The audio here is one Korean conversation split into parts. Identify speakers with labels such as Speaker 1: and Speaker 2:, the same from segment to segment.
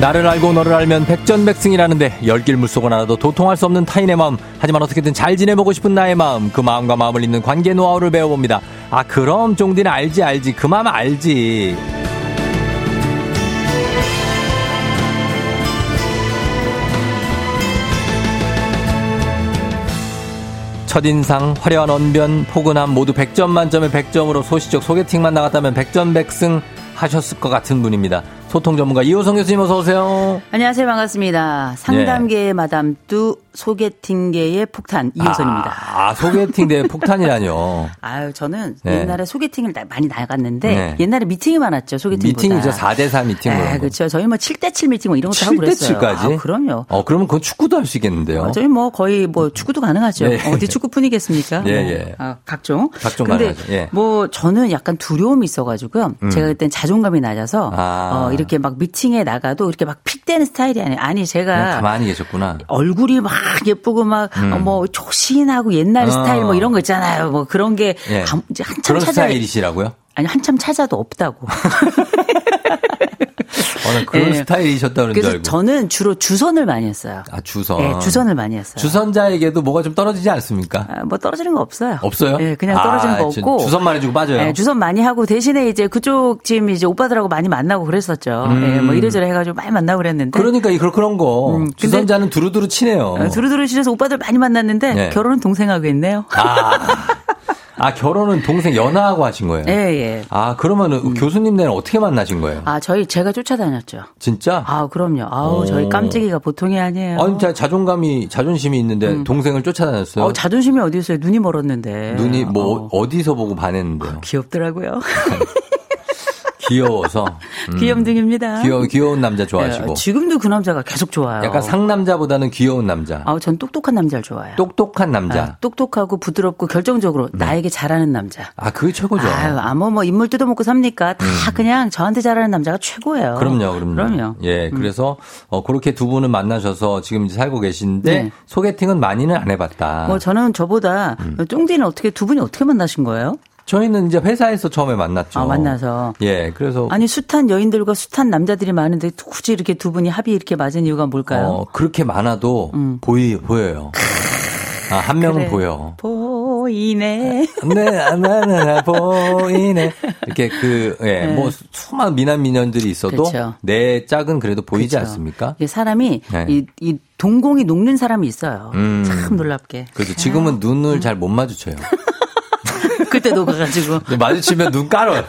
Speaker 1: 나를 알고 너를 알면 백전백승이라는데 열길물속은 하나도 도통할 수 없는 타인의 마음 하지만 어떻게든 잘 지내보고 싶은 나의 마음 그 마음과 마음을 잇는 관계 노하우를 배워봅니다 아 그럼 쫑디는 알지 알지 그 마음 알지 첫인상, 화려한 언변, 포근함 모두 100점 만점에 100점으로 소시적 소개팅만 나갔다면 100점백승 하셨을 것 같은 분입니다. 소통 전문가 이호성 교수님 어서 오세요.
Speaker 2: 안녕하세요. 반갑습니다.
Speaker 1: 네.
Speaker 2: 상담계의 마담뚜, 소개팅계의 폭탄 이호선입니다.
Speaker 1: 아, 아, 소개팅 대 폭탄이라뇨.
Speaker 2: 아. 유 저는
Speaker 1: 네.
Speaker 2: 옛날에 소개팅을 나- 많이 나갔는데
Speaker 1: 네.
Speaker 2: 옛날에 미팅이 많았죠. 소개팅보다.
Speaker 1: 미팅이죠. 4대4 미팅으로.
Speaker 2: 아,
Speaker 1: 하는 거.
Speaker 2: 그렇죠. 저희 뭐 7대7 미팅 뭐 이런 것도 하고
Speaker 1: 7대
Speaker 2: 그랬어요.
Speaker 1: 7까지?
Speaker 2: 아, 그럼요.
Speaker 1: 어, 그러면 그건 축구도 할 수 있겠는데요.
Speaker 2: 저희 뭐 거의 뭐 축구도 가능하죠.
Speaker 1: 예.
Speaker 2: 어디 축구뿐이겠습니까?
Speaker 1: 음. 예,
Speaker 2: 뭐,
Speaker 1: 예.
Speaker 2: 아, 각종.
Speaker 1: 각종
Speaker 2: 근데
Speaker 1: 가능하죠. 예. 음.
Speaker 2: 뭐 저는 약간 두려움이 있어가지고요. 제가 그땐 자존감이 낮아서
Speaker 1: 아.
Speaker 2: 어, 이렇게 막 미팅에 나가도 이렇게 막 픽대는 스타일이 아니에요. 아니
Speaker 1: 그냥
Speaker 2: 제가
Speaker 1: 네, 가만히 계셨구나.
Speaker 2: 얼굴이 막 예쁘고 막
Speaker 1: 음.
Speaker 2: 뭐 초신하고 옛날
Speaker 1: 어.
Speaker 2: 스타일 뭐 이런 거 있잖아요. 뭐 그런 게
Speaker 1: 예.
Speaker 2: 아무- 이제 한참
Speaker 1: 그런
Speaker 2: 찾아
Speaker 1: 스타일이시라고요?
Speaker 2: 아니 한참 찾아도 없다고.
Speaker 1: 어, 난 그런
Speaker 2: 예.
Speaker 1: 스타일이셨다는 줄
Speaker 2: 그래서
Speaker 1: 알고.
Speaker 2: 저는 주로 주선을 많이 했어요.
Speaker 1: 아, 주선.
Speaker 2: 예, 주선을 많이 했어요.
Speaker 1: 주선자에게도 뭐가 좀 떨어지지 않습니까?
Speaker 2: 아, 뭐 떨어지는 거 없어요.
Speaker 1: 없어요?
Speaker 2: 예, 그냥 떨어지는
Speaker 1: 아,
Speaker 2: 거
Speaker 1: 주-
Speaker 2: 없고.
Speaker 1: 주선만 해주고 빠져요.
Speaker 2: 예, 주선 많이 하고 대신에 이제 그쪽 팀 이제 오빠들하고 많이 만나고 그랬었죠. 예, 뭐 이래저래 해가지고 많이 만나고 그랬는데.
Speaker 1: 음. 그러니까 이- 그런 거. 주선자는 두루두루 치네요.
Speaker 2: 어, 음, 두루두루 실에서 오빠들 많이 만났는데
Speaker 1: 예.
Speaker 2: 결혼은 동생하고 했네요.
Speaker 1: 아, 아, 결혼은 동생 연하하고 하신 거예요?
Speaker 2: 예, 예.
Speaker 1: 아, 그러면은 교수님 네는 어떻게 만나신 거예요?
Speaker 2: 아, 저희 제가 쫓아다녔죠.
Speaker 1: 진짜?
Speaker 2: 아, 그럼요. 아우,
Speaker 1: 오.
Speaker 2: 저희 깜찍이가 보통이 아니에요.
Speaker 1: 어.
Speaker 2: 음.
Speaker 1: 아니, 자, 자존감이, 자존심이 있는데 동생을 쫓아다녔어요.
Speaker 2: 어, 자존심이 어디 있어요? 눈이 멀었는데.
Speaker 1: 눈이 뭐
Speaker 2: 어,
Speaker 1: 어. 디서 보고 반했는데요.
Speaker 2: 귀엽더라고요.
Speaker 1: 귀여워서.
Speaker 2: 귀염둥입니다.
Speaker 1: 귀여, 음. 귀여운 남자 좋아하시고.
Speaker 2: 네, 지금도 그 남자가 계속 좋아요.
Speaker 1: 약간 상남자보다는 귀여운 남자.
Speaker 2: 아우, 전 똑똑한 남자를
Speaker 1: 네.
Speaker 2: 좋아해요.
Speaker 1: 똑똑한 남자.
Speaker 2: 아, 똑똑하고 부드럽고 결정적으로 나에게 잘하는 남자.
Speaker 1: 아, 그게 최고죠. 음.
Speaker 2: 아유, 아무 뭐 인물 뜯어먹고 삽니까? 다 그냥 저한테 잘하는 남자가 최고예요.
Speaker 1: 그럼요, 아, 그럼요.
Speaker 2: 그럼요.
Speaker 1: 예, 그래서 어, 그렇게 두 분은 만나셔서 지금 이제 살고 계신데
Speaker 2: 네.
Speaker 1: 소개팅은 많이는 안 해봤다.
Speaker 2: 뭐 저는 저보다
Speaker 1: 음.
Speaker 2: 쫑디는 어떻게 두 분이 어떻게 만나신 거예요?
Speaker 1: 저희는 이제 회사에서 처음에 만났죠.
Speaker 2: 아, 만나서.
Speaker 1: 예, 그래서
Speaker 2: 아니 숱한 여인들과 숱한 남자들이 많은데 굳이 이렇게 두 분이 합이 이렇게 맞은 이유가 뭘까요?
Speaker 1: 어, 그렇게 많아도 보이 보여요. 아, 한 명은
Speaker 2: 그래.
Speaker 1: 보여.
Speaker 2: 보이네.
Speaker 1: 네나나나 보이네 이렇게 그 예 뭐 수많은 미남 미녀들이 있어도
Speaker 2: 네. 그쵸.
Speaker 1: 내 짝은 그래도 보이지
Speaker 2: 그렇죠. 그쵸.
Speaker 1: 않습니까?
Speaker 2: 그렇죠. 이게 사람이
Speaker 1: 네. 음.
Speaker 2: 이, 이 동공이 녹는 사람이 있어요. 참 놀랍게.
Speaker 1: 그래서 지금은 눈을 잘 못 마주쳐요.
Speaker 2: 그때 녹아가지고
Speaker 1: 근데 마주치면 눈 깔아요.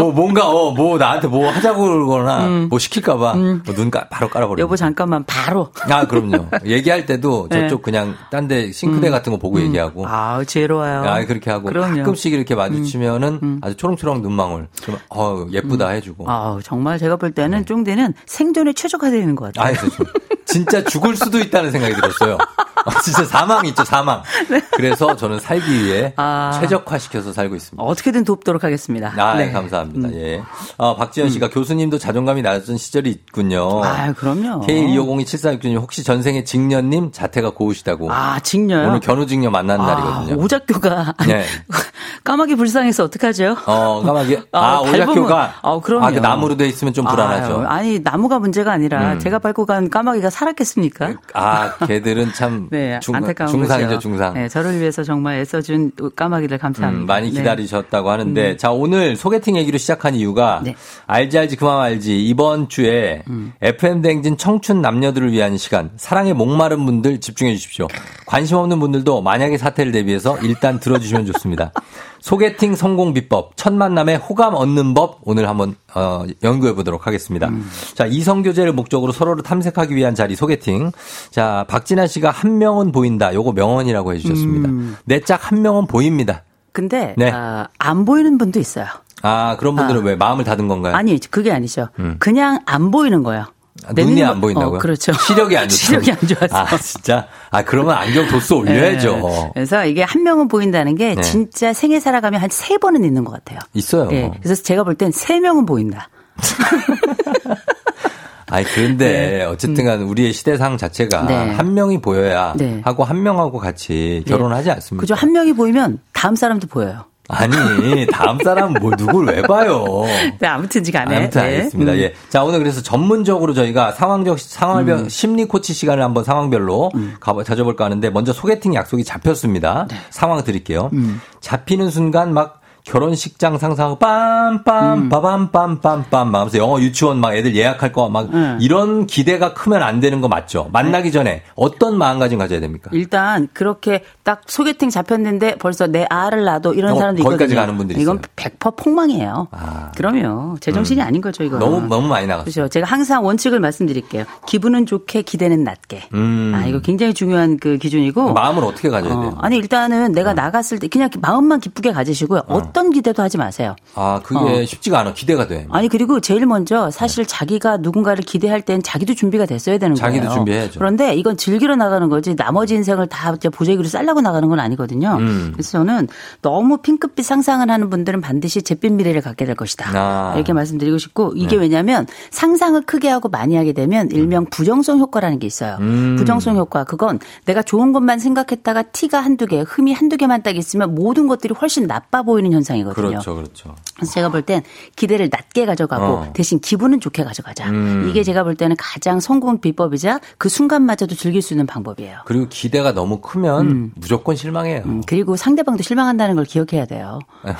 Speaker 1: 뭐 뭔가 어 뭐 나한테 뭐 하자고 그러거나 뭐 시킬까봐 눈 깔, 바로 깔아버려요.
Speaker 2: 음. 여보 잠깐만 바로. 네.
Speaker 1: 아 그럼요. 얘기할 때도 저쪽 그냥 딴 데 싱크대 같은 거 보고 얘기하고.
Speaker 2: 음. 아 지혜로워요.
Speaker 1: 아, 그렇게 하고
Speaker 2: 그럼요. 음.
Speaker 1: 가끔씩 이렇게 마주치면은 아주 초롱초롱 눈망울. 그럼 어 예쁘다 해주고.
Speaker 2: 아 정말 제가 볼
Speaker 1: 네.
Speaker 2: 때는 쫑대는 생존에 최적화되는 것 같아요.
Speaker 1: 아, 그래서 좀 진짜 죽을 수도 있다는 생각이 들었어요. 아, 진짜 사망 있죠, 사망. 그래서 저는 살기 위해
Speaker 2: 네. 아.
Speaker 1: 최적화시켜서 살고 있습니다.
Speaker 2: 어떻게든 돕도록 하겠습니다. 네.
Speaker 1: 아, 예, 감사합니다.
Speaker 2: 음.
Speaker 1: 예. 아, 박지현 씨가 교수님도 자존감이 낮았던 시절이 있군요.
Speaker 2: 아 그럼요.
Speaker 1: E K25027469님 혹시 전생에 직녀님 자태가 고우시다고.
Speaker 2: 아 직녀요. 아,
Speaker 1: 오늘 견우직녀 만나는 날이거든요.
Speaker 2: 오작교가
Speaker 1: 네.
Speaker 2: 까마귀 불쌍해서 어떡하죠?
Speaker 1: 어, 까마귀. 아,
Speaker 2: 아, 밟으면-
Speaker 1: 오작교가.
Speaker 2: 아, 그럼요.
Speaker 1: 그 나무로 돼 있으면 좀 불안하죠. 음.
Speaker 2: 아유, 아니 나무가 문제가 아니라 제가 밟고 간 까마귀가 살았겠습니까?
Speaker 1: 아, 걔들은 참
Speaker 2: 네,
Speaker 1: 중,
Speaker 2: 안타까운
Speaker 1: 중상이죠,
Speaker 2: 거죠.
Speaker 1: 중상.
Speaker 2: 네, 저를 위해서 정말 애써준 까마귀들 감사합니다.
Speaker 1: 음, 많이
Speaker 2: 네. 음.
Speaker 1: 기다리셨다고 하는데 자 오늘 소개팅 얘기로 시작한 이유가
Speaker 2: 네. 음.
Speaker 1: 알지 알지 그만 알지 이번 주에 FM 댕진 청춘 남녀들을 위한 시간 사랑에 목마른 분들 집중해 주십시오 관심 없는 분들도 만약의 사태를 대비해서 일단 들어주시면 좋습니다 소개팅 성공 비법 첫 만남에 호감 얻는 법 오늘 한번 어, 연구해 보도록 하겠습니다
Speaker 2: 음.
Speaker 1: 자 이성 교제를 목적으로 서로를 탐색하기 위한 자리 소개팅
Speaker 2: 음.
Speaker 1: 자 박진아 씨가 한 명은 보인다 요거 명언이라고 해주셨습니다 내 짝 한 명은 보입니다
Speaker 2: 근데
Speaker 1: 네.
Speaker 2: 아, 안 보이는 분도 있어요.
Speaker 1: 아, 그런 분들은
Speaker 2: 아.
Speaker 1: 왜 마음을 닫은 건가요?
Speaker 2: 아니 그게 아니죠. 그냥 안 보이는 거예요.
Speaker 1: 네. 음. 아,
Speaker 2: 내
Speaker 1: 눈이
Speaker 2: 눈-
Speaker 1: 안 보인다고요?
Speaker 2: 어, 그렇죠.
Speaker 1: 시력이 안 좋죠.
Speaker 2: 시력이 안 좋아서.
Speaker 1: 아, 진짜? 아, 그러면 안경 도수 올려야죠.
Speaker 2: 네. 그래서 이게 한 명은 보인다는 게
Speaker 1: 네.
Speaker 2: 진짜 생애 살아가면 한 세 번은 있는 것 같아요.
Speaker 1: 있어요.
Speaker 2: 예. 그래서 제가 볼 땐 세 명은 보인다.
Speaker 1: 아니, 그런데 어쨌든 간 우리의 시대상 자체가
Speaker 2: 예. 음. 네.
Speaker 1: 한 명이 보여야
Speaker 2: 네. 예.
Speaker 1: 하고 한 명하고 같이 결혼하지 않습니까?
Speaker 2: 그죠? 한 명이 보이면 다음 사람도 보여요.
Speaker 1: 아니, 다음 사람 뭐 누굴 왜 봐요?
Speaker 2: 네, 음. 아무튼 지금 안 해.
Speaker 1: 아무튼 알겠습니다. 예. 자, 오늘 그래서 전문적으로 저희가 상황적,
Speaker 2: 음.
Speaker 1: 상황별, 심리 코치 시간을 한번 상황별로 가봐, 찾아볼까 하는데 먼저 소개팅 약속이 잡혔습니다.
Speaker 2: 네.
Speaker 1: 상황 드릴게요.
Speaker 2: 음.
Speaker 1: 잡히는 순간 막 결혼식장 상상
Speaker 2: 음.
Speaker 1: 빰빰 빠밤빰빰빰 막 하면서 영어 유치원 막 애들 예약할 거 막
Speaker 2: 네.
Speaker 1: 이런 기대가 크면 안 되는 거 맞죠? 만나기 전에 어떤 마음가짐 가져야 됩니까?
Speaker 2: 일단 그렇게 딱 소개팅 잡혔는데 벌써 내 알을 놔도 이런
Speaker 1: 어,
Speaker 2: 사람도 있거든요.
Speaker 1: 거기까지 가는 분들이
Speaker 2: 이건
Speaker 1: 있어요.
Speaker 2: 100% 폭망이에요.
Speaker 1: 아. 음.
Speaker 2: 그럼요. 제정신이 아닌 거죠, 이거.
Speaker 1: 너무 너무 많이 나갔어요.
Speaker 2: 그렇죠. 제가 항상 원칙을 말씀드릴게요. 기분은 좋게 기대는 낮게.
Speaker 1: 음.
Speaker 2: 아, 이거 굉장히 중요한 그 기준이고.
Speaker 1: 마음을 어떻게 가져야
Speaker 2: 어,
Speaker 1: 돼요? 어.
Speaker 2: 아니 일단은 내가 나갔을 때 그냥 마음만 기쁘게 가지시고요. 어. 떤 기대도 하지 마세요.
Speaker 1: 아, 그게 쉽지가 않아. 기대가 돼.
Speaker 2: 어. 아니 그리고 제일 먼저 사실 자기가 누군가를 기대할 땐 자기도 준비가 됐어야 되는 거예요.
Speaker 1: 네. 자기도 준비해야죠.
Speaker 2: 그런데 이건 즐기러 나가는 거지 나머지 인생을 다 이제 보자기로 쌀라고 나가는 건 아니거든요.
Speaker 1: 음.
Speaker 2: 그래서 저는 너무 핑크빛 상상을 하는 분들은 반드시 잿빛 미래를 갖게 될 것이다.
Speaker 1: 아. 네.
Speaker 2: 이렇게 말씀드리고 싶고 이게 왜냐하면 상상을 크게 하고 많이 하게
Speaker 1: 음.
Speaker 2: 되면 일명 부정성 효과라는 게 있어요. 부정성 효과 그건 내가 좋은 것만 생각했다가 티가 한두 개, 흠이 한두 개만 딱 있으면 모든 것들이 훨씬 나빠 보이는 현상이거든요.
Speaker 1: 그렇죠, 그렇죠.
Speaker 2: 그래서 제가 볼 땐 기대를 낮게 가져가고
Speaker 1: 어. 음.
Speaker 2: 대신 기분은 좋게 가져가자. 이게 제가 볼 때는 가장 성공 비법이자 그 순간마저도 즐길 수 있는 방법이에요.
Speaker 1: 그리고 기대가 너무 크면 무조건 실망해요.
Speaker 2: 음, 그리고 상대방도 실망한다는 걸 기억해야 돼요.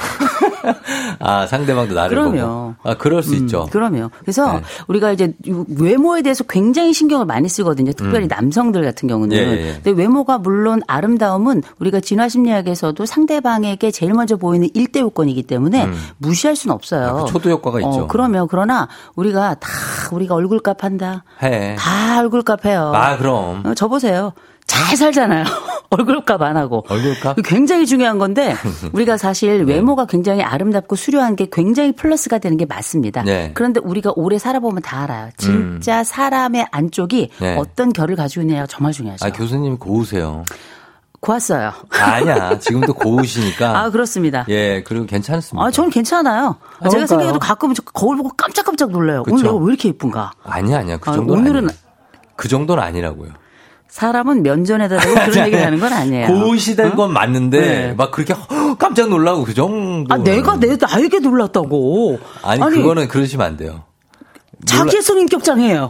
Speaker 1: 아 상대방도 나를
Speaker 2: 그럼요. 음.
Speaker 1: 보고. 아 그럴 수 있죠.
Speaker 2: 그럼요. 그래서
Speaker 1: 네.
Speaker 2: 우리가 이제 외모에 대해서 굉장히 신경을 많이 쓰거든요. 특별히 남성들 같은 경우는.
Speaker 1: 음. 예, 예, 예.
Speaker 2: 근데 외모가 물론 아름다움은 우리가 진화 심리학에서도 상대방에게 제일 먼저 보이는 일대 요건이기 때문에 무시할 수는 없어요.
Speaker 1: 음. 아, 그 초도 효과가 있죠.
Speaker 2: 그러면 그러나 우리가 다 우리가 얼굴값 한다.
Speaker 1: 해.
Speaker 2: 다 얼굴값 해요.
Speaker 1: 아 그럼.
Speaker 2: 어, 저 보세요. 잘 살잖아요. 얼굴값 안 하고.
Speaker 1: 얼굴값? 네.
Speaker 2: 굉장히 중요한 건데 우리가 사실 외모가 굉장히 아름답고 수려한 게 굉장히 플러스가 되는 게 맞습니다.
Speaker 1: 네. 음.
Speaker 2: 그런데 우리가 오래 살아보면 다 알아요. 진짜 사람의 안쪽이
Speaker 1: 네.
Speaker 2: 어떤 결을 가지고 있느냐가 정말 중요하죠.
Speaker 1: 아 교수님 고우세요.
Speaker 2: 고왔어요.
Speaker 1: 아니야 지금도 고우시니까.
Speaker 2: 아 그렇습니다.
Speaker 1: 예 그리고 괜찮습니다.
Speaker 2: 아 저는 괜찮아요.
Speaker 1: 그런가요?
Speaker 2: 제가 생각해도 가끔 저 거울 보고 깜짝깜짝 놀라요.
Speaker 1: 그쵸?
Speaker 2: 오늘 내가 왜 이렇게 예쁜가?
Speaker 1: 아니야 아니야 그
Speaker 2: 아,
Speaker 1: 정도는
Speaker 2: 오늘은-
Speaker 1: 아니에요. 그 정도는 아니라고요.
Speaker 2: 사람은 면전에다 대고 그런 얘기를 하는 건 아니에요.
Speaker 1: 네.
Speaker 2: 어?
Speaker 1: 고우시던 건 맞는데
Speaker 2: 네.
Speaker 1: 막 그렇게 허, 깜짝 놀라고 그 정도.
Speaker 2: 아 내가 내 나에게 놀랐다고.
Speaker 1: 네. 아니, 그거는 그러시면 안 돼요.
Speaker 2: 자기의 성인격장이에요. 아.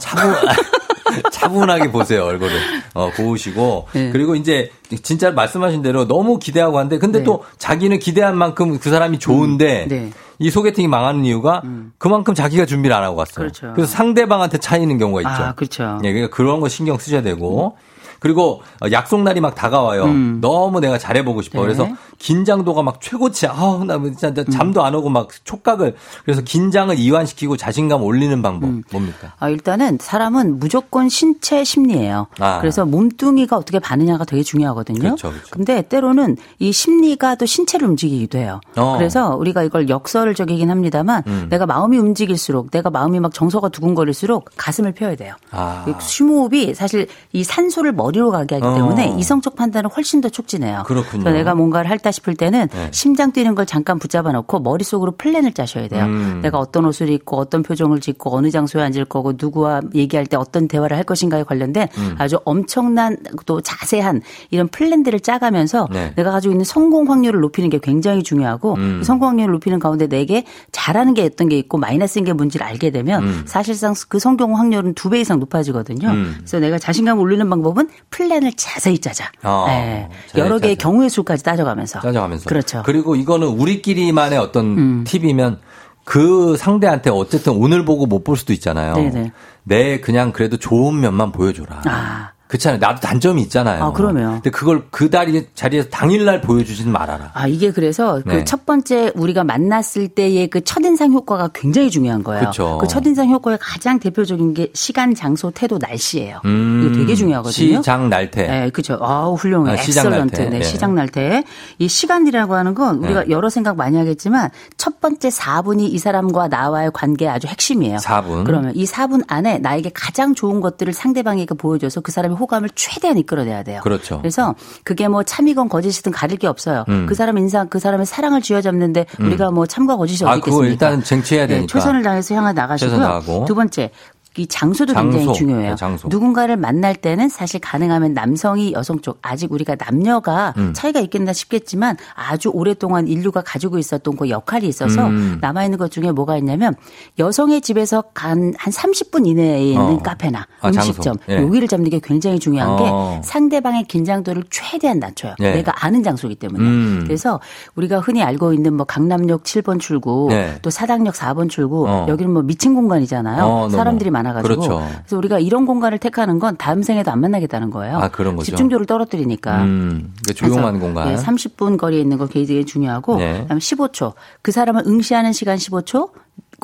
Speaker 1: 차분하게 보세요 얼굴을 어, 고우시고
Speaker 2: 네.
Speaker 1: 그리고 이제 진짜 말씀하신 대로 너무 기대하고 한데 근데
Speaker 2: 네.
Speaker 1: 또 자기는 기대한 만큼 그 사람이 좋은데
Speaker 2: 음, 네. 음.
Speaker 1: 이 소개팅이 망하는 이유가 그만큼 자기가 준비를 안 하고 갔어요.
Speaker 2: 그렇죠.
Speaker 1: 래서 상대방한테 차이는 경우가 있죠.
Speaker 2: 아, 그렇죠.
Speaker 1: 예, 그러니까 그런 거 신경 쓰셔야 되고. 그리고 어, 약속 날이 막 다가와요. 너무 내가 잘해보고 싶어.
Speaker 2: 음. 네. 음.
Speaker 1: 그래서 긴장도가 막 최고치. 아우 나뭐 진짜 잠도 안 오고 막 촉각을. 그래서 긴장을 이완시키고 자신감 올리는 방법 뭡니까?
Speaker 2: 아, 일단은 사람은 무조건 신체 심리예요.
Speaker 1: 아.
Speaker 2: 그래서 몸뚱이가 어떻게 반느냐가 되게 중요하거든요.
Speaker 1: 그렇죠, 그렇죠.
Speaker 2: 근데 때로는 이 심리가 또 신체를 움직이기도 해요.
Speaker 1: 어.
Speaker 2: 그래서 우리가 이걸 역설적이긴 합니다만 내가 마음이 움직일수록 내가 마음이 막 정서가 두근거릴수록 가슴을 펴야 돼요.
Speaker 1: 아.
Speaker 2: 이 심호흡이 사실 이 산소를 머리로 가게 하기
Speaker 1: 어.
Speaker 2: 때문에 이성적 판단을 훨씬 더 촉진해요.
Speaker 1: 그렇군요. 네.
Speaker 2: 그래서 내가 뭔가를 할다 싶을 때는 심장 뛰는 걸 잠깐 붙잡아 놓고 머릿속으로 플랜을 짜셔야 돼요.
Speaker 1: 음.
Speaker 2: 내가 어떤 옷을 입고 어떤 표정을 짓고 어느 장소에 앉을 거고 누구와 얘기할 때 어떤 대화를 할 것인가에 관련된
Speaker 1: 음.
Speaker 2: 아주 엄청난 또 자세한 이런 플랜들을 짜가면서
Speaker 1: 네. 음.
Speaker 2: 내가 가지고 있는 성공 확률을 높이는 게 굉장히 중요하고 그 성공 확률을 높이는 가운데 내게 잘하는 게 어떤 게 있고 마이너스인 게 뭔지를 알게 되면
Speaker 1: 음.
Speaker 2: 사실상 그 성공 확률은 두 배 이상 높아지거든요. 그래서 내가 자신감 올리는 방법은 플랜을 자세히 짜자.
Speaker 1: 어,
Speaker 2: 예.
Speaker 1: 자세히
Speaker 2: 여러 개의
Speaker 1: 짜자.
Speaker 2: 경우의 수까지 따져가면서.
Speaker 1: 짜져가면서.
Speaker 2: 그렇죠. 음.
Speaker 1: 리고 이거는 우리끼리만의 어떤 팁이면 그 상대한테 어쨌든 오늘 보고 못 볼 수도 있잖아요.
Speaker 2: 네네.
Speaker 1: 내 그냥 그래도 좋은 면만 보여줘라.
Speaker 2: 아,
Speaker 1: 그렇잖아요. 나도 단점이 있잖아요.
Speaker 2: 아, 그럼요.
Speaker 1: 근데 그걸 그 다리, 자리에서 당일날 보여주지는 말아라.
Speaker 2: 아, 이게 그래서
Speaker 1: 네.
Speaker 2: 그 첫 번째 우리가 만났을 때의 그 첫인상 효과가 굉장히 중요한 거예요.
Speaker 1: 그쵸.
Speaker 2: 그 첫인상 효과의 가장 대표적인 게 시간, 장소, 태도, 날씨예요.
Speaker 1: 음.
Speaker 2: 이거 되게 중요하거든요.
Speaker 1: 시장 날태.
Speaker 2: 네, 그죠. 아우, 훌륭해.
Speaker 1: 예. 아, 시장
Speaker 2: 엑설런트.
Speaker 1: 날태.
Speaker 2: 네,
Speaker 1: 예.
Speaker 2: 시장 날태. 이 시간이라고 하는 건 우리가 여러 생각 많이 하겠지만 첫 번째 4분이 이 사람과 나와의 관계의 아주 핵심이에요.
Speaker 1: 4분.
Speaker 2: 그러면 이 4분 안에 나에게 가장 좋은 것들을 상대방에게 보여줘서 그 사람의 호감을 최대한 이끌어내야 돼요.
Speaker 1: 그렇죠. 음.
Speaker 2: 그래서 그게 뭐 참이건 거짓이든 가릴 게 없어요. 그 사람 인상, 그 사람의 사랑을 쥐어잡는데 우리가 뭐 참과 거짓이
Speaker 1: 아,
Speaker 2: 어디
Speaker 1: 그거
Speaker 2: 있겠습니까?
Speaker 1: 일단 쟁취해야
Speaker 2: 네,
Speaker 1: 되니까.
Speaker 2: 최선을 다해서 향해 나가시고요.
Speaker 1: 최선 다하고.
Speaker 2: 두 번째. 이 장소도
Speaker 1: 장소.
Speaker 2: 굉장히 중요해요.
Speaker 1: 네, 장소.
Speaker 2: 누군가를 만날 때는 사실 가능하면 남성이 여성 쪽 아직 우리가 남녀가
Speaker 1: 음.
Speaker 2: 차이가 있겠나 싶겠지만 아주 오랫동안 인류가 가지고 있었던 그 역할이 있어서
Speaker 1: 음.
Speaker 2: 남아 있는 것 중에 뭐가 있냐면 여성의 집에서 간한 30분 이내에 있는
Speaker 1: 어.
Speaker 2: 카페나
Speaker 1: 아,
Speaker 2: 음식점
Speaker 1: 장소. 예.
Speaker 2: 여기를 잡는 게 굉장히 중요한
Speaker 1: 어.
Speaker 2: 게 상대방의 긴장도를 최대한 낮춰요.
Speaker 1: 예.
Speaker 2: 내가 아는 장소이기 때문에.
Speaker 1: 음.
Speaker 2: 그래서 우리가 흔히 알고 있는 뭐 강남역 7번 출구,
Speaker 1: 예.
Speaker 2: 또 사당역 4번 출구,
Speaker 1: 어.
Speaker 2: 여기는 뭐 미친 공간이잖아요.
Speaker 1: 어, 너무.
Speaker 2: 사람들이 많아가지고.
Speaker 1: 그렇죠.
Speaker 2: 그래서 우리가 이런 공간을 택하는 건 다음 생에도 안 만나겠다는 거예요.
Speaker 1: 아, 그런 거죠.
Speaker 2: 집중도를 떨어뜨리니까.
Speaker 1: 음, 그러니까 조용한
Speaker 2: 그래서,
Speaker 1: 공간.
Speaker 2: 예, 30분 거리에 있는 거 굉장히 중요하고
Speaker 1: 네.
Speaker 2: 그다음에 15초. 그 사람을 응시하는 시간 15초.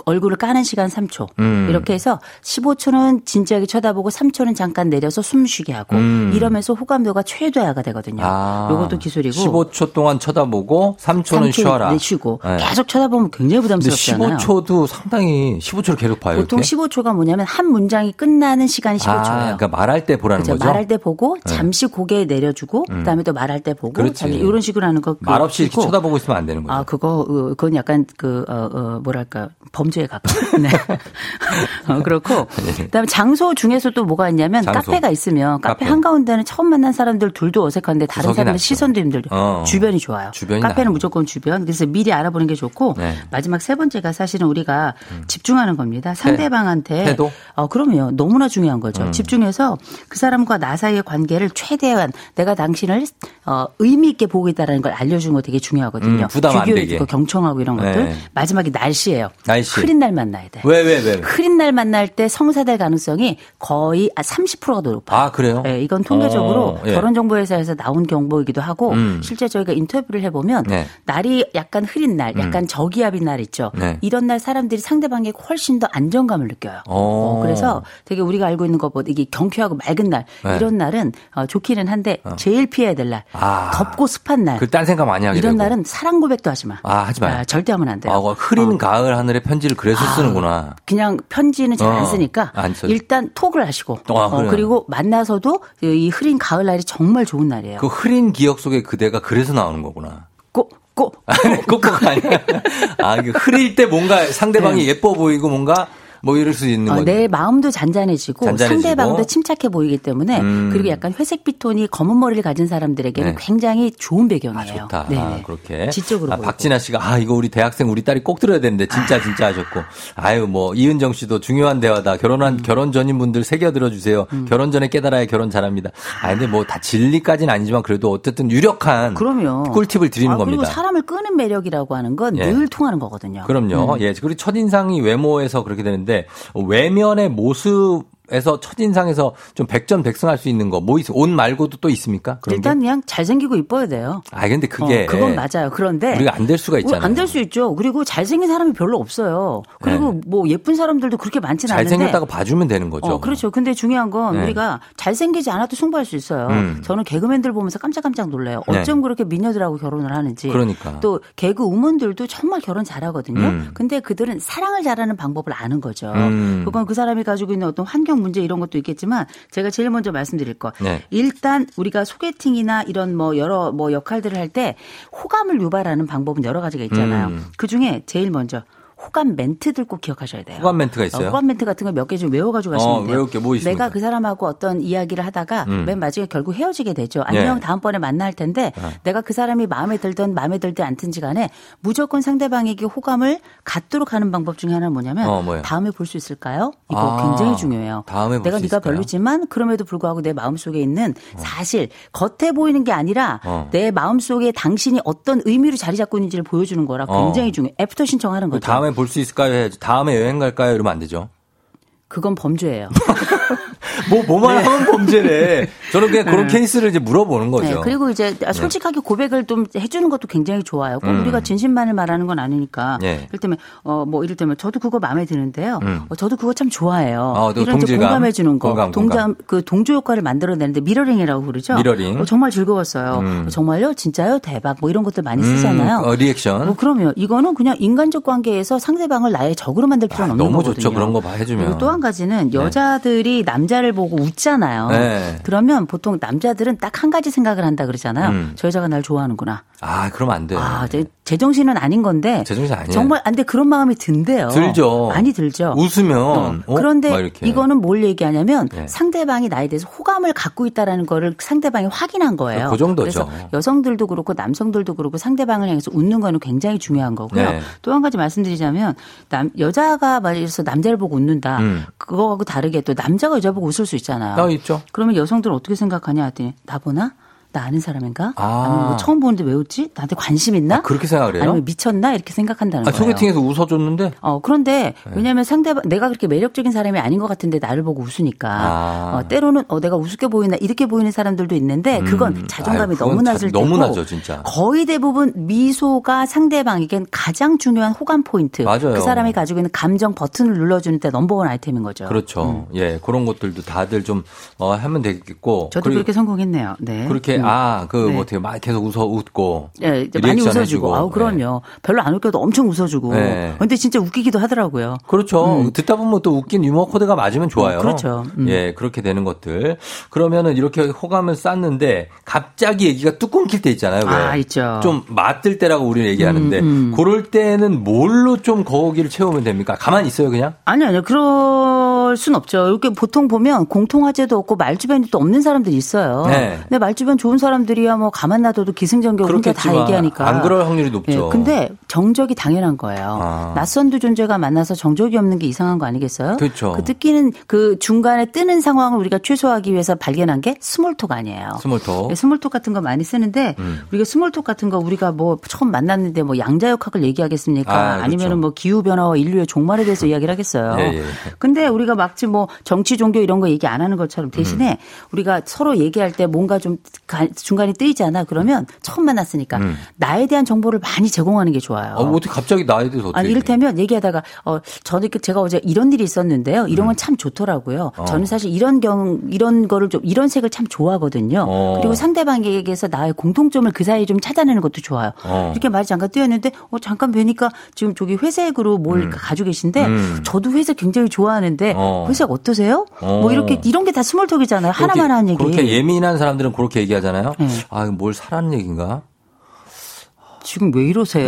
Speaker 2: 얼굴을 까는 시간 3초.
Speaker 1: 음.
Speaker 2: 이렇게 해서 15초는 진지하게 쳐다보고 3초는 잠깐 내려서 숨 쉬게 하고 이러면서 호감도가 최대화가 되거든요.
Speaker 1: 음. 아,
Speaker 2: 요것도 기술이고
Speaker 1: 15초 동안 쳐다보고 3초는
Speaker 2: 3초
Speaker 1: 쉬어라.
Speaker 2: 내 쉬고
Speaker 1: 네.
Speaker 2: 계속 쳐다보면 굉장히
Speaker 1: 근데
Speaker 2: 부담스럽잖아요.
Speaker 1: 15초도 상당히 15초를 계속 봐요.
Speaker 2: 보통
Speaker 1: 이렇게?
Speaker 2: 15초가 뭐냐면 한 문장이 끝나는 시간이 15초예요. 그렇죠.
Speaker 1: 아, 그러니까 말할 때 보라는 거죠. 네.
Speaker 2: 말할 때 보고 잠시 고개 내려주고 그다음에 또 말할 때 보고
Speaker 1: 그렇지.
Speaker 2: 잠시 이런 식으로 하는 거
Speaker 1: 말없이 이렇게
Speaker 2: 있고.
Speaker 1: 쳐다보고 있으면 안 되는 거죠.
Speaker 2: 그 아 그거 어, 그건 약간 그 어, 어, 뭐랄까 범죄에 가까운 네. 어, 그렇고 그다음에 장소 중에서 또 뭐가 있냐면
Speaker 1: 네. 장소.
Speaker 2: 카페가 있으면
Speaker 1: 카페.
Speaker 2: 카페, 한 가운데는 처음 만난 사람들 둘도 어색한데 다른
Speaker 1: 구석이
Speaker 2: 사람들
Speaker 1: 낫죠.
Speaker 2: 시선도 힘들죠.
Speaker 1: 어.
Speaker 2: 주변이 좋아요.
Speaker 1: 주변이
Speaker 2: 카페는
Speaker 1: 나아요.
Speaker 2: 무조건 주변. 그래서 미리 알아보는 게 좋고
Speaker 1: 네. 음.
Speaker 2: 마지막 세 번째가 사실은 우리가 집중하는 겁니다. 상대방한테
Speaker 1: 태도? 음.
Speaker 2: 어, 그럼요. 너무나 중요한 거죠. 집중해서 그 사람과 나 사이의 관계를 최대한 내가 당신을 어, 의미 있게 보고 있다라는 걸 알려주는 거 되게 중요하거든요.
Speaker 1: 음, 부담 안
Speaker 2: 주기율
Speaker 1: 되게.
Speaker 2: 있고 경청하고 이런 것들.
Speaker 1: 네.
Speaker 2: 마지막이 날씨예요.
Speaker 1: 날씨.
Speaker 2: 흐린 날 만나야 돼.
Speaker 1: 왜, 왜, 왜?
Speaker 2: 흐린 날 만날 때 성사될 가능성이 거의 아, 30%가 더 높아요.
Speaker 1: 아, 그래요?
Speaker 2: 예, 이건 통계적으로
Speaker 1: 어, 예.
Speaker 2: 결혼정보회사에서 나온 경보이기도 하고
Speaker 1: 음.
Speaker 2: 실제 저희가 인터뷰를 해보면
Speaker 1: 네. 음.
Speaker 2: 날이 약간 흐린 날, 약간 저기압인 날 있죠.
Speaker 1: 네.
Speaker 2: 이런 날 사람들이 상대방에게 훨씬 더 안정감을 느껴요.
Speaker 1: 어.
Speaker 2: 어, 그래서 되게 우리가 알고 있는 것보다 이게 경쾌하고 맑은 날
Speaker 1: 네.
Speaker 2: 이런 날은 어, 좋기는 한데 제일 피해야 될 날,
Speaker 1: 아.
Speaker 2: 덥고 습한 날
Speaker 1: 그 딴 생각 많이 하게
Speaker 2: 이런
Speaker 1: 되고.
Speaker 2: 날은 사랑 고백도 하지 마.
Speaker 1: 아, 하지 마요.
Speaker 2: 절대 하면 안 돼요. 어. 아.
Speaker 1: 아, 흐린 가을 하늘에 편지를 그래서 쓰는구나.
Speaker 2: 그냥 편지는 잘 안
Speaker 1: 어,
Speaker 2: 쓰니까
Speaker 1: 안 써요.
Speaker 2: 일단 톡을 하시고
Speaker 1: 아,
Speaker 2: 어,
Speaker 1: 그래요?
Speaker 2: 그리고 만나서도 이 흐린 가을 날이 정말 좋은 날이에요.
Speaker 1: 그 흐린 기억 속의 그대가 그래서 나오는 거구나.
Speaker 2: 꼭꼭
Speaker 1: 아, 꼭꼭 아니야. 아, 이게 흐릴 때 뭔가 상대방이
Speaker 2: 네.
Speaker 1: 예뻐 보이고 뭔가 뭐 이럴 수 있는
Speaker 2: 어,
Speaker 1: 거죠.
Speaker 2: 내 마음도 잔잔해지고,
Speaker 1: 잔잔해지고. 음.
Speaker 2: 상대방도 침착해 보이기 때문에 그리고 약간 회색빛 톤이 검은 머리를 가진 사람들에게는
Speaker 1: 네.
Speaker 2: 굉장히 좋은 배경이에요.
Speaker 1: 아, 좋다.
Speaker 2: 네네.
Speaker 1: 아, 그렇게.
Speaker 2: 지적으로
Speaker 1: 아,
Speaker 2: 보이고. 아.
Speaker 1: 박진아 씨가 아, 이거 우리 대학생 우리 딸이 꼭 들어야 되는데 진짜 진짜 하셨고. 아유, 뭐 이은정 씨도 중요한 대화다. 결혼한
Speaker 2: 음.
Speaker 1: 결혼 전인 분들 새겨 들어 주세요. 결혼 전에 깨달아야 결혼 잘합니다. 아, 근데 뭐 다 진리까지는 아니지만 그래도 어쨌든 유력한
Speaker 2: 그럼요.
Speaker 1: 꿀팁을 드리는
Speaker 2: 아,
Speaker 1: 겁니다.
Speaker 2: 그리고 사람을 끄는 매력이라고 하는 건
Speaker 1: 예.
Speaker 2: 늘 통하는 거거든요.
Speaker 1: 그럼요.
Speaker 2: 음.
Speaker 1: 예. 그리고 첫인상이 외모에서 그렇게 되는데 외면의 모습에서 첫인상에서 좀 백전백승할 수 있는 거 뭐 있어? 옷 말고도 또 있습니까? 그런 게?
Speaker 2: 일단 그냥 잘생기고 이뻐야 돼요.
Speaker 1: 아 근데 그게
Speaker 2: 어, 그건 맞아요. 그런데
Speaker 1: 우리가 안 될 수가 있잖아요.
Speaker 2: 어, 안 될 수 있죠. 그리고 잘생긴 사람이 별로 없어요. 그리고 뭐 예쁜 사람들도 그렇게 많지는 않은데.
Speaker 1: 네. 잘생겼다고 봐주면 되는 거죠.
Speaker 2: 어, 그렇죠. 근데 중요한 건
Speaker 1: 네.
Speaker 2: 우리가 잘생기지 않아도 승부할 수 있어요.
Speaker 1: 음. 네.
Speaker 2: 저는 개그맨들 보면서 깜짝깜짝 놀라요. 어쩜 그렇게 미녀들하고 결혼을 하는지.
Speaker 1: 그러니까.
Speaker 2: 또 개그 우먼들도 정말 결혼 잘하거든요.
Speaker 1: 음.
Speaker 2: 근데 그들은 사랑을 잘하는 방법을 아는 거죠.
Speaker 1: 음.
Speaker 2: 그건 그 사람이 가지고 있는 어떤 환경 문제 이런 것도 있겠지만 제가 제일 먼저 말씀드릴 거.
Speaker 1: 네.
Speaker 2: 일단 우리가 소개팅이나 이런 뭐 여러 뭐 역할들을 할 때 호감을 유발하는 방법은 여러 가지가 있잖아요.
Speaker 1: 음.
Speaker 2: 그 중에 제일 먼저 호감 멘트들 꼭 기억하셔야 돼요.
Speaker 1: 호감 멘트가 있어요?
Speaker 2: 어, 호감 멘트 같은 거 몇 개 좀 외워가지고 가시면
Speaker 1: 어,
Speaker 2: 돼요.
Speaker 1: 외울 게뭐 있습니까? 음.
Speaker 2: 내가 그 사람하고 어떤 이야기를 하다가 맨 마지막에 결국 헤어지게 되죠. 안녕
Speaker 1: 예.
Speaker 2: 다음번에 만날 텐데 내가 그 사람이 마음에 들든 마음에 들지 않든지 간에 무조건 상대방에게 호감을 갖도록 하는 방법 중에 하나는 뭐냐면
Speaker 1: 어, 뭐예요?
Speaker 2: 다음에 볼 수 있을까요? 이거
Speaker 1: 아,
Speaker 2: 굉장히 중요해요.
Speaker 1: 다음에 볼수
Speaker 2: 내가 네가
Speaker 1: 있을까요?
Speaker 2: 별로지만 그럼에도 불구하고 내 마음속에 있는 사실 겉에 보이는 게 아니라
Speaker 1: 어.
Speaker 2: 내 마음속에 당신이 어떤 의미로 자리 잡고 있는지를 보여주는 거라
Speaker 1: 어.
Speaker 2: 굉장히 중요해. 애프터 신청하는 거죠.
Speaker 1: 다음에 볼 수 있을까요? 해야지. 다음에 여행 갈까요? 이러면 안 되죠.
Speaker 2: 그건 범죄예요.
Speaker 1: 뭐, 뭐만 하면 네. 범죄래. 저는 그냥 그런 케이스를 이제 물어보는 거죠.
Speaker 2: 네, 그리고 이제 솔직하게 고백을 좀 해주는 것도 굉장히 좋아요. 꼭 우리가 진심만을 말하는 건 아니니까.
Speaker 1: 음. 네.
Speaker 2: 이를테면 어뭐 이를테면 저도 그거 마음에 드는데요. 어, 저도 그거 참 좋아해요.
Speaker 1: 어, 또
Speaker 2: 이런 좀
Speaker 1: 동질감.
Speaker 2: 공감해 주는 거,
Speaker 1: 공감,
Speaker 2: 동감
Speaker 1: 공감.
Speaker 2: 그 동조 효과를 만들어내는데 미러링이라고 그러죠.
Speaker 1: 미러링.
Speaker 2: 어, 정말 즐거웠어요. 어, 정말요, 진짜요, 대박 뭐 이런 것들 많이 쓰잖아요.
Speaker 1: 음, 어, 리액션.
Speaker 2: 뭐 그럼요. 이거는 그냥 인간적 관계에서 상대방을 나의 적으로 만들 필요는
Speaker 1: 아,
Speaker 2: 없는
Speaker 1: 너무
Speaker 2: 거거든요.
Speaker 1: 좋죠. 그런 거봐 해주면.
Speaker 2: 그리고 또 한 가지는 여자들이 남자를 보고 웃잖아요.
Speaker 1: 네.
Speaker 2: 그러면 보통 남자들은 딱 한 가지 생각을 한다 그러잖아요.
Speaker 1: 음.
Speaker 2: 저 여자가 날 좋아하는구나.
Speaker 1: 아, 그러면 안 돼.
Speaker 2: 아, 제, 제 정신은 아닌 건데.
Speaker 1: 제정신 아니에요.
Speaker 2: 정말 안돼 그런 마음이 든대요.
Speaker 1: 들죠.
Speaker 2: 그렇죠. 많이 들죠.
Speaker 1: 웃으면. 어? 막
Speaker 2: 그런데
Speaker 1: 이렇게.
Speaker 2: 이거는 뭘 얘기하냐면
Speaker 1: 네.
Speaker 2: 상대방이 나에 대해서 호감을 갖고 있다라는 거를 상대방이 확인한 거예요.
Speaker 1: 그 정도죠.
Speaker 2: 그래서 여성들도 그렇고 남성들도 그렇고 상대방을 향해서 웃는 거는 굉장히 중요한 거고요.
Speaker 1: 네.
Speaker 2: 또 한 가지 말씀드리자면 남 여자가 말해서 남자를 보고 웃는다.
Speaker 1: 음.
Speaker 2: 그거하고 다르게 또 남자가 여자 보고 웃을 수 있잖아요.
Speaker 1: 아, 있죠.
Speaker 2: 그러면 여성들은 어떻게 생각하냐 했더니 나 보나? 나 아는 사람인가?
Speaker 1: 아.
Speaker 2: 니면뭐 처음 보는데 왜 웃지? 나한테 관심 있나?
Speaker 1: 아, 그렇게 생각을 해요?
Speaker 2: 아니면 미쳤나? 이렇게 생각한다는
Speaker 1: 아,
Speaker 2: 거예요.
Speaker 1: 소개팅에서 웃어줬는데.
Speaker 2: 어, 그런데
Speaker 1: 네.
Speaker 2: 왜냐하면 상대방 내가 그렇게 매력적인 사람이 아닌 것 같은데 나를 보고 웃으니까
Speaker 1: 아.
Speaker 2: 어, 때로는 어, 내가 우습게 보이나 이렇게 보이는 사람들도 있는데 그건 자존감이
Speaker 1: 음. 아유, 그건
Speaker 2: 너무
Speaker 1: 자-
Speaker 2: 낮을 때고
Speaker 1: 너무 낮죠, 진짜.
Speaker 2: 거의 대부분 미소가 상대방에겐 가장 중요한 호감 포인트
Speaker 1: 맞아요.
Speaker 2: 그 사람이 가지고 있는 감정 버튼을 눌러주는 때 넘버원 아이템인 거죠. 음.
Speaker 1: 그렇죠. 예, 그런 것들도 다들 좀, 어, 하면 되겠고.
Speaker 2: 저도
Speaker 1: 그리고
Speaker 2: 그렇게 성공했네요. 네.
Speaker 1: 그렇게, 아, 그,
Speaker 2: 네.
Speaker 1: 뭐 어떻게 막 계속 웃어, 웃고.
Speaker 2: 예, 이제 많이
Speaker 1: 리액션
Speaker 2: 웃어주고,
Speaker 1: 해주고.
Speaker 2: 아우
Speaker 1: 예.
Speaker 2: 그럼요. 별로 안 웃겨도 엄청 웃어주고.
Speaker 1: 네.
Speaker 2: 근데 진짜 웃기기도 하더라고요.
Speaker 1: 그렇죠. 듣다 보면 또 웃긴 유머 코드가 맞으면 좋아요.
Speaker 2: 음, 그렇죠. 음.
Speaker 1: 예, 그렇게 되는 것들. 그러면은 이렇게 호감을 쌓는데 갑자기 얘기가 뚝 끊길 때 있잖아요. 왜?
Speaker 2: 아, 있죠. 음,
Speaker 1: 좀 맞들 때라고 우리는 얘기하는데 그럴 때는 뭘로 좀 거기를 채우면 됩니까? 가만히 있어요, 그냥?
Speaker 2: 아니 아니요 그럴 순 없죠. 이렇게 보통 보면 공통화제도 없고 말주변이 또 없는 사람들이 있어요.
Speaker 1: 네.
Speaker 2: 근데 말주변 좋은 사람들이야 뭐 가만 놔둬도 기승전결 혼자 그러니까 다
Speaker 1: 그렇겠지만
Speaker 2: 얘기하니까
Speaker 1: 안 그럴 확률이 높죠.
Speaker 2: 예, 근데 정적이 당연한 거예요.
Speaker 1: 아.
Speaker 2: 낯선 두 존재가 만나서 정적이 없는 게 이상한 거 아니겠어요?
Speaker 1: 그렇죠.
Speaker 2: 그 뜯기는 그 중간에 뜨는 상황을 우리가 최소화하기 위해서 발견한 게 스몰톡 아니에요.
Speaker 1: 스몰톡.
Speaker 2: 예, 스몰톡 같은 거 많이 쓰는데
Speaker 1: 음.
Speaker 2: 우리가 스몰톡 같은 거 우리가 뭐 처음 만났는데 뭐 양자역학을 얘기하겠습니까?
Speaker 1: 아, 그렇죠.
Speaker 2: 아, 니면은뭐 기후 변화와 인류의 종말에 대해서 이야기를 하겠어요.
Speaker 1: 예, 예.
Speaker 2: 근데 우리가 막지 뭐 정치 종교 이런 거 얘기 안 하는 것처럼 대신에
Speaker 1: 음.
Speaker 2: 우리가 서로 얘기할 때 뭔가 좀 가- 중간에 뜨이잖아. 그러면 처음 만났으니까 나에 대한 정보를 많이 제공하는 게 좋아요.
Speaker 1: 아, 뭐 어떻게 갑자기 나에 대해서 어떻게
Speaker 2: 아니
Speaker 1: 얘기해요?
Speaker 2: 이를테면 얘기하다가 어 저는 그 제가 어제 이런 일이 있었는데요. 이런
Speaker 1: 음.
Speaker 2: 건 참 좋더라고요.
Speaker 1: 어.
Speaker 2: 저는 사실 이런 경 이런 거를 좀 이런 색을 참 좋아하거든요.
Speaker 1: 어.
Speaker 2: 그리고 상대방에게서 나의 공통점을 그 사이에 좀 찾아내는 것도 좋아요.
Speaker 1: 어.
Speaker 2: 이렇게 말이 잠깐 뛰었는데 어 잠깐 뵈니까 지금 저기 회색으로 뭘 가지고 계신데
Speaker 1: 음.
Speaker 2: 저도 회색 굉장히 좋아하는데
Speaker 1: 어.
Speaker 2: 회색 어떠세요?
Speaker 1: 어.
Speaker 2: 뭐 이렇게 이런 게 다 스몰톡이잖아요. 하나만
Speaker 1: 그렇게-
Speaker 2: 하는 얘기.
Speaker 1: 그렇게 예민한 사람들은 그렇게 얘기하잖아요.
Speaker 2: 네.
Speaker 1: 아, 이거 뭘 사라는 얘기인가?
Speaker 2: 지금 왜 이러세요?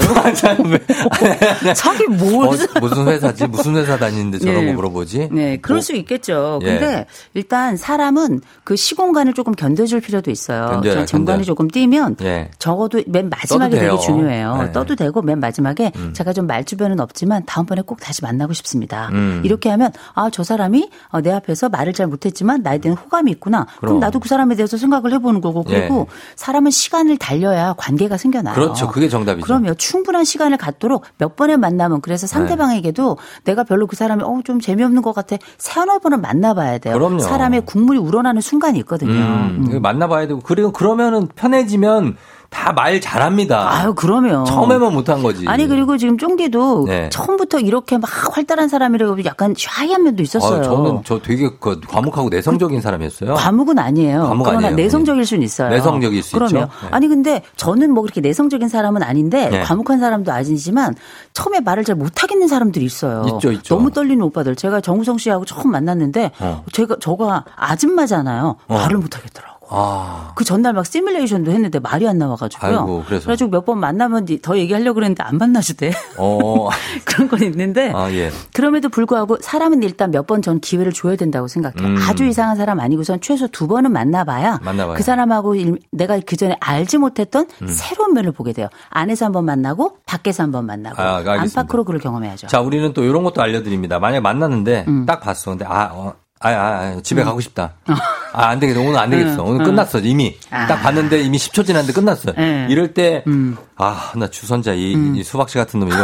Speaker 1: 왜-
Speaker 2: 자기 뭘
Speaker 1: 어, 무슨 회사지? 무슨 회사 다니는데 저런
Speaker 2: 예.
Speaker 1: 거 물어보지?
Speaker 2: 네, 그럴
Speaker 1: 뭐,
Speaker 2: 수 있겠죠.
Speaker 1: 예.
Speaker 2: 근데 일단 사람은 그 시공간을 조금 견뎌줄 필요도 있어요.
Speaker 1: 견뎌요,
Speaker 2: 저 정관이
Speaker 1: 견뎌요.
Speaker 2: 조금 뛰면
Speaker 1: 예.
Speaker 2: 적어도 맨 마지막에
Speaker 1: 떠도 돼요.
Speaker 2: 되게 중요해요.
Speaker 1: 예. 음.
Speaker 2: 떠도 되고 맨 마지막에 제가 좀 말주변은 없지만 다음번에 꼭 다시 만나고 싶습니다.
Speaker 1: 음.
Speaker 2: 이렇게 하면 아 저 사람이 어, 내 앞에서 말을 잘 못했지만 나에 대한 호감이 있구나. 그럼,
Speaker 1: 그럼. 예.
Speaker 2: 나도 그 사람에 대해서 생각을 해보는 거고 그리고 사람은 시간을 달려야 관계가 생겨나요.
Speaker 1: 그렇죠. 그게 정답이죠. 네.
Speaker 2: 그럼요. 충분한 시간을 갖도록 몇 번의 만남은 그래서 상대방에게도 내가 별로 그 사람이 어 좀 재미없는 것 같아 세한어 번은 만나봐야 돼요.
Speaker 1: 그럼요.
Speaker 2: 사람의 국물이 우러나는 순간이 있거든요.
Speaker 1: 음, 이거 만나봐야 되고 그리고 그러면은 편해지면 다 말 잘합니다.
Speaker 2: 아유 그러면
Speaker 1: 처음에만 못한 거지.
Speaker 2: 아니 그리고 지금 쫑디도
Speaker 1: 네.
Speaker 2: 처음부터 이렇게 막 활달한 사람이라고 약간 샤이한 면도 있었어요. 그
Speaker 1: 아, 저는 저 되게 그 과묵하고 내성적인 사람이었어요.
Speaker 2: 과묵은 아니에요.
Speaker 1: 과묵
Speaker 2: 그러나
Speaker 1: 아니에요. 음.
Speaker 2: 내성적일 수는 있어요.
Speaker 1: 내성적일 수
Speaker 2: 그럼요.
Speaker 1: 있죠. 네.
Speaker 2: 아니 근데 저는 뭐 그렇게 내성적인 사람은 아닌데
Speaker 1: 네.
Speaker 2: 과묵한 사람도 아니지만 처음에 말을 잘 못하겠는 사람들이 있어요.
Speaker 1: 있죠, 있죠.
Speaker 2: 너무 떨리는 오빠들. 제가 정우성 씨하고 처음 만났는데
Speaker 1: 어.
Speaker 2: 제가 저가 아줌마잖아요. 말을 못하겠더라고.
Speaker 1: 아,
Speaker 2: 그 전날 막 시뮬레이션도 했는데 말이 안 나와가지고요.
Speaker 1: 아이고, 그래서.
Speaker 2: 가지고 몇 번 만나면 더 얘기하려고 그랬는데 안 만나주대.
Speaker 1: 어,
Speaker 2: 그런 건 있는데
Speaker 1: 아 예.
Speaker 2: 그럼에도 불구하고 사람은 일단 몇 번 전 기회를 줘야 된다고 생각해요. 아주 이상한 사람 아니고선 최소 두 번은 만나봐야
Speaker 1: 음. 만나봐요.
Speaker 2: 그 사람하고 일- 내가 그 전에 알지 못했던
Speaker 1: 음.
Speaker 2: 새로운 면을 보게 돼요. 안에서 한번 만나고 밖에서 한번 만나고
Speaker 1: 아, 알겠습니다.
Speaker 2: 안팎으로 그걸 경험해야죠.
Speaker 1: 자, 우리는 또 이런 것도 알려드립니다. 만약 만났는데
Speaker 2: 음.
Speaker 1: 딱 봤어. 근데 아, 어, 아, 아, 아, 집에 가고 싶다.
Speaker 2: 어.
Speaker 1: 아, 안 되겠어. 오늘 안 되겠어.
Speaker 2: 음.
Speaker 1: 오늘 끝났어. 이미.
Speaker 2: 아.
Speaker 1: 딱 봤는데 이미 10초 지났는데 끝났어.
Speaker 2: 네.
Speaker 1: 이럴 때,
Speaker 2: 음.
Speaker 1: 아, 나 주선자 이, 이 수박씨 같은 놈 이거.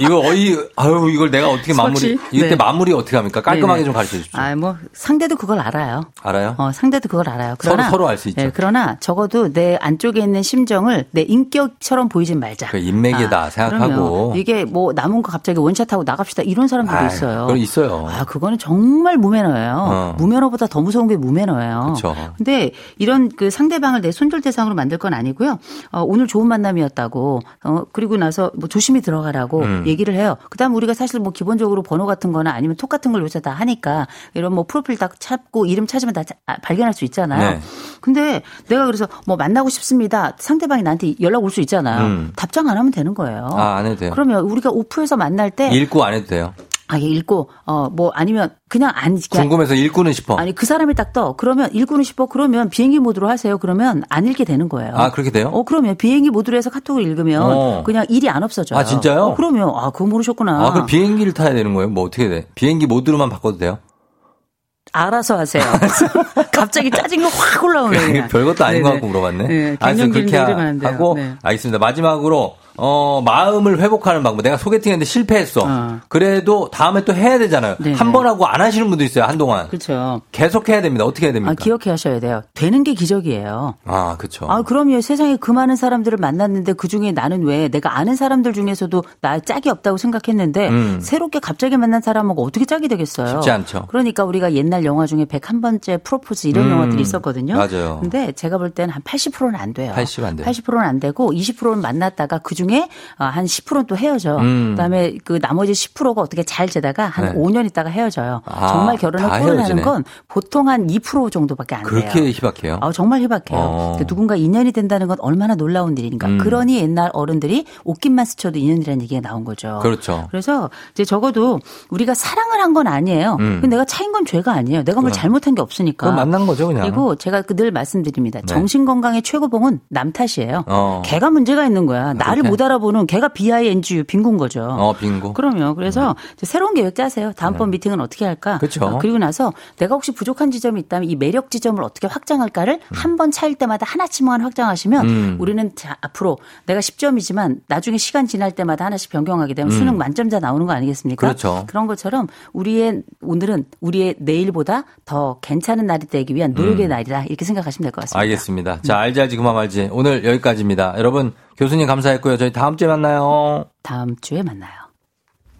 Speaker 1: 이거 어이 아유 이걸 내가 어떻게 마무리
Speaker 2: 솔직히,
Speaker 1: 이때
Speaker 2: 네.
Speaker 1: 마무리 어떻게 합니까? 깔끔하게
Speaker 2: 네네.
Speaker 1: 좀 가르쳐 주십시오.
Speaker 2: 아, 뭐 상대도 그걸 알아요.
Speaker 1: 알아요?
Speaker 2: 어, 상대도 그걸 알아요.
Speaker 1: 서로-
Speaker 2: 그러나
Speaker 1: 서로 알수 있죠.
Speaker 2: 예, 그러나 적어도 내 안쪽에 있는 심정을 내 인격처럼 보이진 말자. 아,
Speaker 1: 그 인맥이다 생각하고.
Speaker 2: 그럼요. 이게 뭐 남은 거 갑자기 원샷하고 나갑시다 이런 사람들도
Speaker 1: 아이,
Speaker 2: 있어요.
Speaker 1: 그건 있어요.
Speaker 2: 아, 그거는 정말 무매너예요.
Speaker 1: 어.
Speaker 2: 무매너보다 더 무서운 게 무매너예요.
Speaker 1: 그쵸.
Speaker 2: 근데 이런 그 상대방을 내 손절 대상으로 만들 건 아니고요. 어, 오늘 좋은 만남이었다고. 어, 그리고 나서 뭐 조심히 들어가라고
Speaker 1: 음.
Speaker 2: 얘기를 해요. 그다음 우리가 사실 뭐 기본적으로 번호 같은 거나 아니면 톡 같은 걸 요새 다 하니까 이런 뭐 프로필 딱 찾고 이름 찾으면 다 자- 아, 발견할 수 있잖아요.
Speaker 1: 네.
Speaker 2: 근데 내가 그래서 뭐 만나고 싶습니다. 상대방이 나한테 연락 올 수 있잖아요.
Speaker 1: 음.
Speaker 2: 답장 안 하면 되는 거예요.
Speaker 1: 아, 안 해도 돼요.
Speaker 2: 그러면 우리가 오프에서 만날 때
Speaker 1: 읽고 안 해도 돼요.
Speaker 2: 아예 읽고 어 뭐 아니면 그냥 안 그냥
Speaker 1: 궁금해서 읽고는 싶어.
Speaker 2: 아니 그 사람이 딱 떠. 그러면 읽고는 싶어. 그러면 비행기 모드로 하세요. 그러면 안 읽게 되는 거예요.
Speaker 1: 아, 그렇게 돼요?
Speaker 2: 어 그러면 비행기 모드로 해서 카톡을 읽으면
Speaker 1: 어.
Speaker 2: 그냥 일이 안 없어져요.
Speaker 1: 아, 진짜요?
Speaker 2: 어, 그러면 아 그거 모르셨구나.
Speaker 1: 아, 그럼 비행기를 타야 되는 거예요? 뭐 어떻게 돼? 비행기 모드로만 바꿔도 돼요?
Speaker 2: 알아서 하세요. 갑자기 짜증이 확 올라오네요. 그냥.
Speaker 1: 별것도 아닌 것
Speaker 2: 네네.
Speaker 1: 같고 물어봤네.
Speaker 2: 네,
Speaker 1: 알겠습니다.
Speaker 2: 갱년기인데 이러면 안 돼요.
Speaker 1: 하고
Speaker 2: 네.
Speaker 1: 알겠습니다. 마지막으로 어, 마음을 회복하는 방법. 내가 소개팅했는데 실패했어.
Speaker 2: 어.
Speaker 1: 그래도 다음에 또 해야 되잖아요.
Speaker 2: 네네.
Speaker 1: 한 번 하고 안 하시는 분도 있어요. 한동안.
Speaker 2: 그렇죠.
Speaker 1: 계속 해야 됩니다. 어떻게 해야 됩니까?
Speaker 2: 아 기억해 하셔야 돼요. 되는 게 기적이에요.
Speaker 1: 아, 그렇죠.
Speaker 2: 아, 그럼요. 세상에 그 많은 사람들을 만났는데 그 중에 나는 왜 내가 아는 사람들 중에서도 나 짝이 없다고 생각했는데 새롭게 갑자기 만난 사람하고 어떻게 짝이 되겠어요?
Speaker 1: 음. 쉽지 않죠. 음.
Speaker 2: 그러니까 우리가 옛날 영화 중에 101번째 프로포즈 이런 영화들이 있었거든요.
Speaker 1: 맞아요.
Speaker 2: 근데 제가 볼 때는 한 80%는 안 돼요.
Speaker 1: 80안 돼요.
Speaker 2: 80%는 안 되고 20%는 만났다가 그 중에 아, 한 10%는 또 헤어져. 그다음에 그 나머지 10%가 어떻게 잘 되다가 한
Speaker 1: 네.
Speaker 2: 5년 있다가 헤어져요.
Speaker 1: 아,
Speaker 2: 정말 결혼을
Speaker 1: 다
Speaker 2: 꿈을
Speaker 1: 헤어지네.
Speaker 2: 하는 건 보통 한 2% 정도밖에 안 돼요.
Speaker 1: 그렇게 희박해요.
Speaker 2: 아, 정말 희박해요.
Speaker 1: 어. 음.
Speaker 2: 그 누군가 인연이 된다는 건 얼마나 놀라운 일인가. 그러니 옛날 어른들이 옷깃만 스쳐도 인연이라는 얘기가 나온 거죠.
Speaker 1: 그렇죠.
Speaker 2: 그래서 이제 적어도 우리가 사랑을 한 건 아니에요.
Speaker 1: 음.
Speaker 2: 근데 내가 차인 건 죄가 아니에요. 내가 뭘 잘못한 게 없으니까.
Speaker 1: 그건 만난 거죠, 그냥.
Speaker 2: 그리고 제가 그 늘 말씀드립니다. 정신 건강의 최고봉은 남 탓이에요.
Speaker 1: 네. 어.
Speaker 2: 걔가 문제가 있는 거야. 나를
Speaker 1: 그렇게?
Speaker 2: 못 알아보는 걔가 BINGU 빈군 거죠.
Speaker 1: 어, 빙고.
Speaker 2: 그럼요. 그래서 이제 새로운 계획 짜세요. 다음번 미팅은 어떻게 할까?
Speaker 1: 음. 그쵸.
Speaker 2: 어, 그리고 나서 내가 혹시 부족한 지점이 있다면 이 매력 지점을 어떻게 확장할까를
Speaker 1: 음.
Speaker 2: 한 번 차일 때마다 하나씩만 확장하시면 우리는 자, 앞으로 내가 10점이지만 나중에 시간 지날 때마다 하나씩 변경하게 되면 수능 만점자 나오는 거
Speaker 1: 음.
Speaker 2: 아니겠습니까?
Speaker 1: 그렇죠.
Speaker 2: 런 것처럼 우리의 오늘은 우리의 내일보다 더 괜찮은 날이 되기 위한 노력의 날이다 이렇게 생각하시면 될 것 같습니다.
Speaker 1: 음. 알겠습니다.
Speaker 2: 네.
Speaker 1: 자, 알지 알지 그만 말지. 오늘 여기까지입니다. 여러분, 교수님 감사했고요. 저희 다음 주에 만나요.
Speaker 2: 다음 주에 만나요.